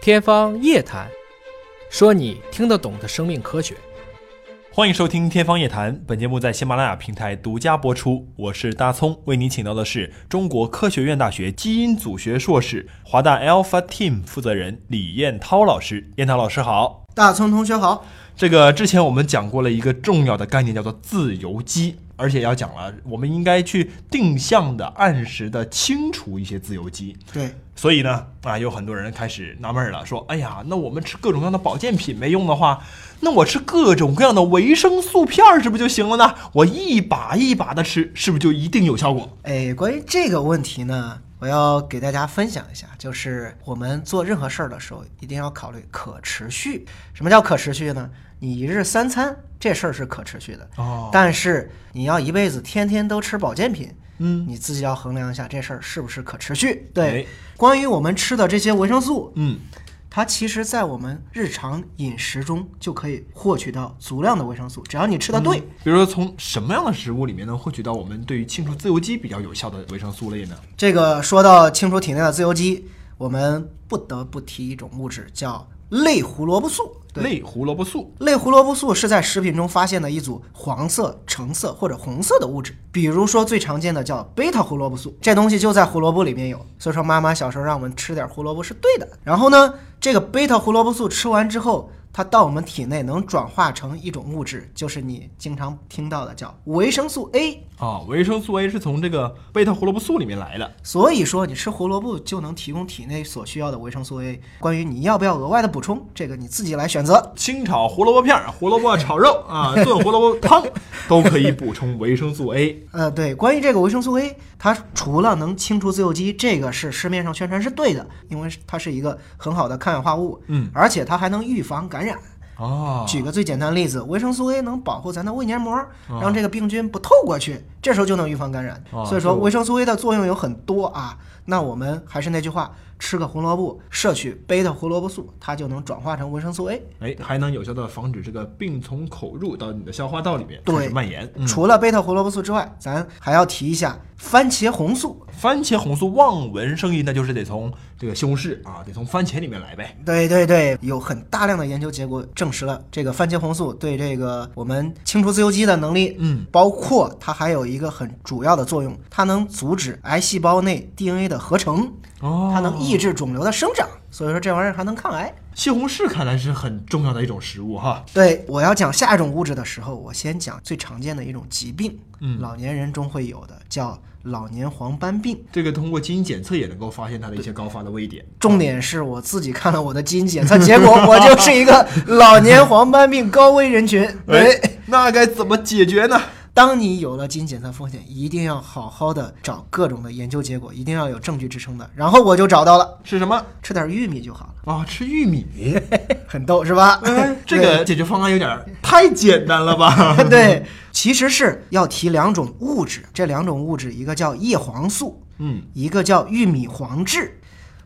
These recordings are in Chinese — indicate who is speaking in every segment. Speaker 1: 天方夜谭，说你听得懂的生命科学。
Speaker 2: 欢迎收听《天方夜谭》，本节目在喜马拉雅平台独家播出。我是大葱，为您请到的是中国科学院大学基因组学硕士、华大 Alpha Team 负责人李彦涛老师。彦涛老师好。
Speaker 3: 大葱同学好，
Speaker 2: 这个之前我们讲过了一个重要的概念，叫做自由基，而且要讲了，我们应该去定向的、按时的清除一些自由基。
Speaker 3: 对，
Speaker 2: 所以呢，啊，有很多人开始纳闷了，说：“哎呀，那我们吃各种各样的保健品没用的话，那我吃各种各样的维生素片儿是不是就行了呢？我一把一把的吃，是不是就一定有效果
Speaker 3: 哎，关于这个问题呢，我要给大家分享一下，就是我们做任何事儿的时候，一定要考虑可持续。什么叫可持续呢？你一日三餐这事儿是可持续的，？”
Speaker 2: 哦，
Speaker 3: 但是你要一辈子天天都吃保健品，
Speaker 2: 嗯，
Speaker 3: 你自己要衡量一下这事儿是不是可持续。对
Speaker 2: 哎，
Speaker 3: 关于我们吃的这些维生素，
Speaker 2: 嗯，
Speaker 3: 它其实在我们日常饮食中就可以获取到足量的维生素，只要你吃的对。
Speaker 2: 比如说从什么样的食物里面能获取到我们对于清除自由基比较有效的维生素类呢？
Speaker 3: 这个说到清除体内的自由基，我们不得不提一种物质叫类胡萝卜素。对，
Speaker 2: 类胡萝卜素。
Speaker 3: 类胡萝卜素是在食品中发现的一组黄色、橙色或者红色的物质，比如说最常见的叫贝塔胡萝卜素，这东西就在胡萝卜里面有。所以说妈妈小时候让我们吃点胡萝卜是对的。然后呢，这个贝塔胡萝卜素吃完之后，它到我们体内能转化成一种物质，就是你经常听到的叫维生素 A。
Speaker 2: 啊，维生素 A 是从这个贝塔胡萝卜素里面来的。
Speaker 3: 所以说，你吃胡萝卜就能提供体内所需要的维生素 A。关于你要不要额外的补充，这个你自己来选择。
Speaker 2: 清炒胡萝卜片儿、胡萝卜炒肉啊、炖胡萝卜汤，都可以补充维生素 A。
Speaker 3: 呃，对，关于这个维生素 A，它除了能清除自由基，这个是市面上宣传是对的，因为它是一个很好的抗氧化物，
Speaker 2: 嗯，
Speaker 3: 而且它还能预防感染。
Speaker 2: 哦
Speaker 3: 举个最简单的例子，维生素 A 能保护咱的胃黏膜，让这个病菌不透过去，这时候就能预防感染。
Speaker 2: 哦
Speaker 3: 所以说，维生素 A 的作用有很多啊。那我们还是那句话，吃个胡萝卜，摄取贝塔胡萝卜素，它就能转化成维生素 A。
Speaker 2: 哎，还能有效的防止这个病从口入到你的消化道里面
Speaker 3: 对
Speaker 2: 开始蔓延。嗯
Speaker 3: 除了贝塔胡萝卜素之外，咱还要提一下番茄红素。
Speaker 2: 番茄红素望文生义，那就是得从这个西红柿啊，得从番茄里面来呗。
Speaker 3: 对对对，有很大量的研究结果证实了这个番茄红素对这个我们清除自由基的能力，
Speaker 2: 嗯，
Speaker 3: 包括它还有一个很主要的作用，它能阻止癌细胞内 DNA 的合成，
Speaker 2: 哦
Speaker 3: 它能抑制肿瘤的生长，所以说这玩意儿还能抗癌。
Speaker 2: 西红柿看来是很重要的一种食物哈。
Speaker 3: 对我要讲下一种物质的时候，我先讲最常见的一种疾病，嗯，老年人中会有的叫老年黄斑病。
Speaker 2: 这个通过基因检测也能够发现它的一些高发的位点。
Speaker 3: 重点是我自己看了我的基因检测结 果，我就是一个老年黄斑病高危人群。对。，
Speaker 2: 哎那该怎么解决呢？
Speaker 3: 当你有了基因检测风险，一定要好好的找各种的研究结果，一定要有证据支撑的。然后我就找到了，
Speaker 2: 是什么？
Speaker 3: 吃点玉米就好了，
Speaker 2: 啊，吃玉米。
Speaker 3: 很逗是吧？
Speaker 2: 哎，这个解决方案有点儿太简单了吧？
Speaker 3: 对 对，其实是要提两种物质，这两种物质一个叫叶黄素，
Speaker 2: 嗯，
Speaker 3: 一个叫玉米黄质。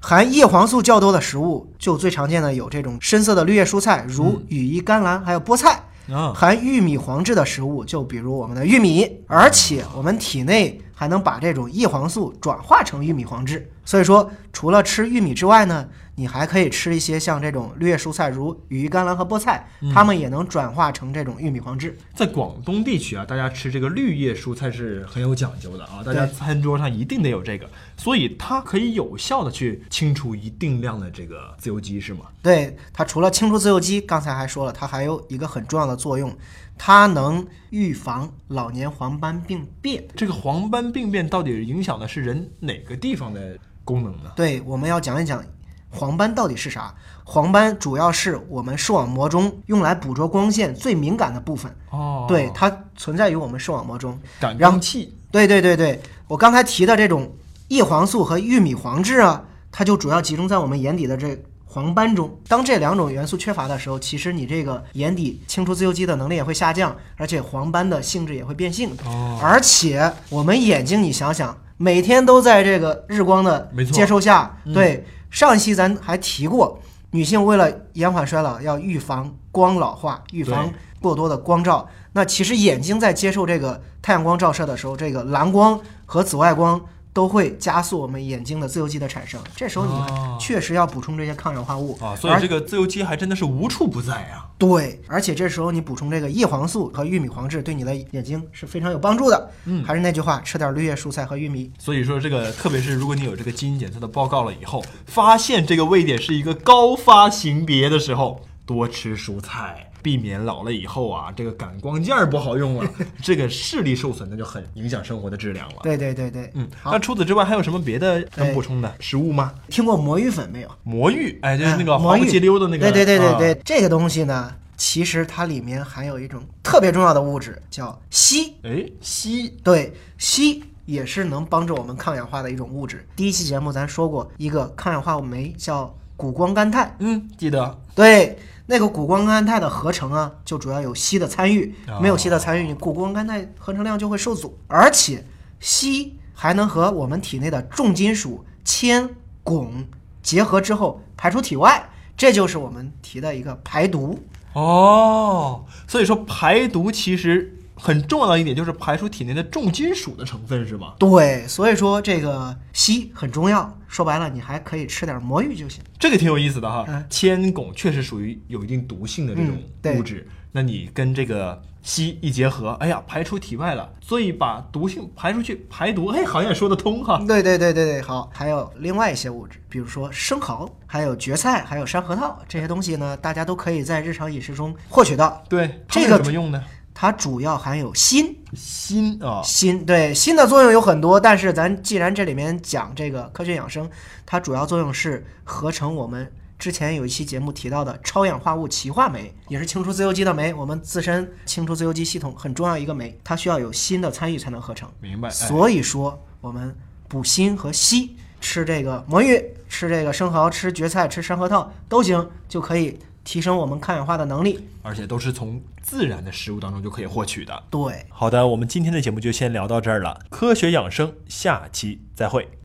Speaker 3: 含叶黄素较多的食物，就最常见的有这种深色的绿叶蔬菜，如羽衣甘蓝，还有菠菜。
Speaker 2: 啊，
Speaker 3: 含玉米黄质的食物，就比如我们的玉米，而且我们体内还能把这种叶黄素转化成玉米黄质。所以说，除了吃玉米之外呢，你还可以吃一些像这种绿叶蔬菜，如羽衣甘蓝和菠菜，它们也能转化成这种玉米黄质。
Speaker 2: 在广东地区啊，大家吃这个绿叶蔬菜是很有讲究的啊，大家餐桌上一定得有这个，所以它可以有效的去清除一定量的这个自由基，是吗？
Speaker 3: 对它除了清除自由基，刚才还说了，它还有一个很重要的作用，它能预防老年黄斑病变。
Speaker 2: 这个黄斑病变到底影响的是人哪个地方的功能呢？
Speaker 3: 对，我们要讲一讲黄斑到底是啥。黄斑主要是我们视网膜中用来捕捉光线最敏感的部分，
Speaker 2: 哦
Speaker 3: 对，，它存在于我们视网膜中。
Speaker 2: 感
Speaker 3: 然后
Speaker 2: 光器
Speaker 3: 对对对对，我刚才提的这种叶黄素和玉米黄质啊，它就主要集中在我们眼底的这黄斑中。当这两种元素缺乏的时候，其实你这个眼底清除自由基的能力也会下降，而且黄斑的性质也会变性。
Speaker 2: 哦，
Speaker 3: 而且我们眼睛，你想想，每天都在这个日光的
Speaker 2: 没错嗯
Speaker 3: 接收下，对，上一期咱还提过，女性为了延缓衰老，要预防光老化，预防过多的光照。那其实眼睛在接受这个太阳光照射的时候，这个蓝光和紫外光都会加速我们眼睛的自由基的产生。这时候
Speaker 2: 哦
Speaker 3: 你确实要补充这些抗氧化物
Speaker 2: 啊，所以
Speaker 3: 而
Speaker 2: 这个自由基还真的是无处不在啊。
Speaker 3: 对，而且这时候你补充这个叶黄素和玉米黄质，对你的眼睛是非常有帮助的。嗯，还是那句话，吃点绿叶蔬菜和玉米。
Speaker 2: 所以说，这个特别是如果你有这个基因检测的报告了以后，发现这个位点是一个高发型别的时候，多吃蔬菜，避免老了以后啊，这个感光镜儿不好用 了，这个视力受损，那就很影响生活的质量了。
Speaker 3: 对对对对，
Speaker 2: 嗯，
Speaker 3: 好
Speaker 2: 那，除此之外还有什么别的能补充的食物吗？
Speaker 3: 听过魔芋粉没有？
Speaker 2: 魔芋，哎，就是那个
Speaker 3: 啊
Speaker 2: 黄
Speaker 3: 魔
Speaker 2: 不
Speaker 3: 芋
Speaker 2: 接溜的那个，
Speaker 3: 对对对对对，
Speaker 2: 啊，
Speaker 3: 这个东西呢，其实它里面含有一种特别重要的物质，叫硒。
Speaker 2: 哎，硒，
Speaker 3: 对，硒也是能帮助我们抗氧化的一种物质。第一期节目咱说过一个抗氧化酶叫谷胱甘肽，
Speaker 2: 嗯，记得
Speaker 3: 对，那个谷胱甘肽的合成啊，就主要有硒的参与
Speaker 2: 哦，
Speaker 3: 没有硒的参与，你谷胱甘肽合成量就会受阻，而且硒还能和我们体内的重金属铅、汞结合之后排出体外，这就是我们提的一个排毒。
Speaker 2: 哦。所以说排毒其实很重要的一点就是排出体内的重金属的成分，是吗？
Speaker 3: 对，所以说这个硒很重要。说白了，你还可以吃点魔芋就行。
Speaker 2: 这个挺有意思的哈
Speaker 3: 嗯，
Speaker 2: 铅汞确实属于有一定毒性的这
Speaker 3: 嗯对
Speaker 2: 种物质，那你跟这个硒一结合，哎呀，排出体外了，所以把毒性排出去，排毒，哎，好像也说得通哈。
Speaker 3: 对对对对对，好，还有另外一些物质，比如说生蚝，还有蕨菜，还有山核桃这些东西呢，大家都可以在日常饮食中获取到。
Speaker 2: 对，它们
Speaker 3: 这个
Speaker 2: 有什么用呢？
Speaker 3: 它主要含有锌，
Speaker 2: 锌啊，
Speaker 3: 锌对锌的作用有很多，但是咱既然这里面讲这个科学养生，它主要作用是合成我们之前有一期节目提到的超氧化物歧化酶，也是清除自由基的酶，我们自身清除自由基系统很重要一个酶，它需要有锌的参与才能合成。
Speaker 2: 明白。哎
Speaker 3: 所以说，我们补锌和硒，吃这个魔芋，吃这个生蚝，吃蕨菜，吃山核桃都行，就可以提升我们抗氧化的能力。
Speaker 2: 而且都是从自然的食物当中就可以获取的。
Speaker 3: 对，
Speaker 2: 好的，我们今天的节目就先聊到这儿了。科学养生，下期再会。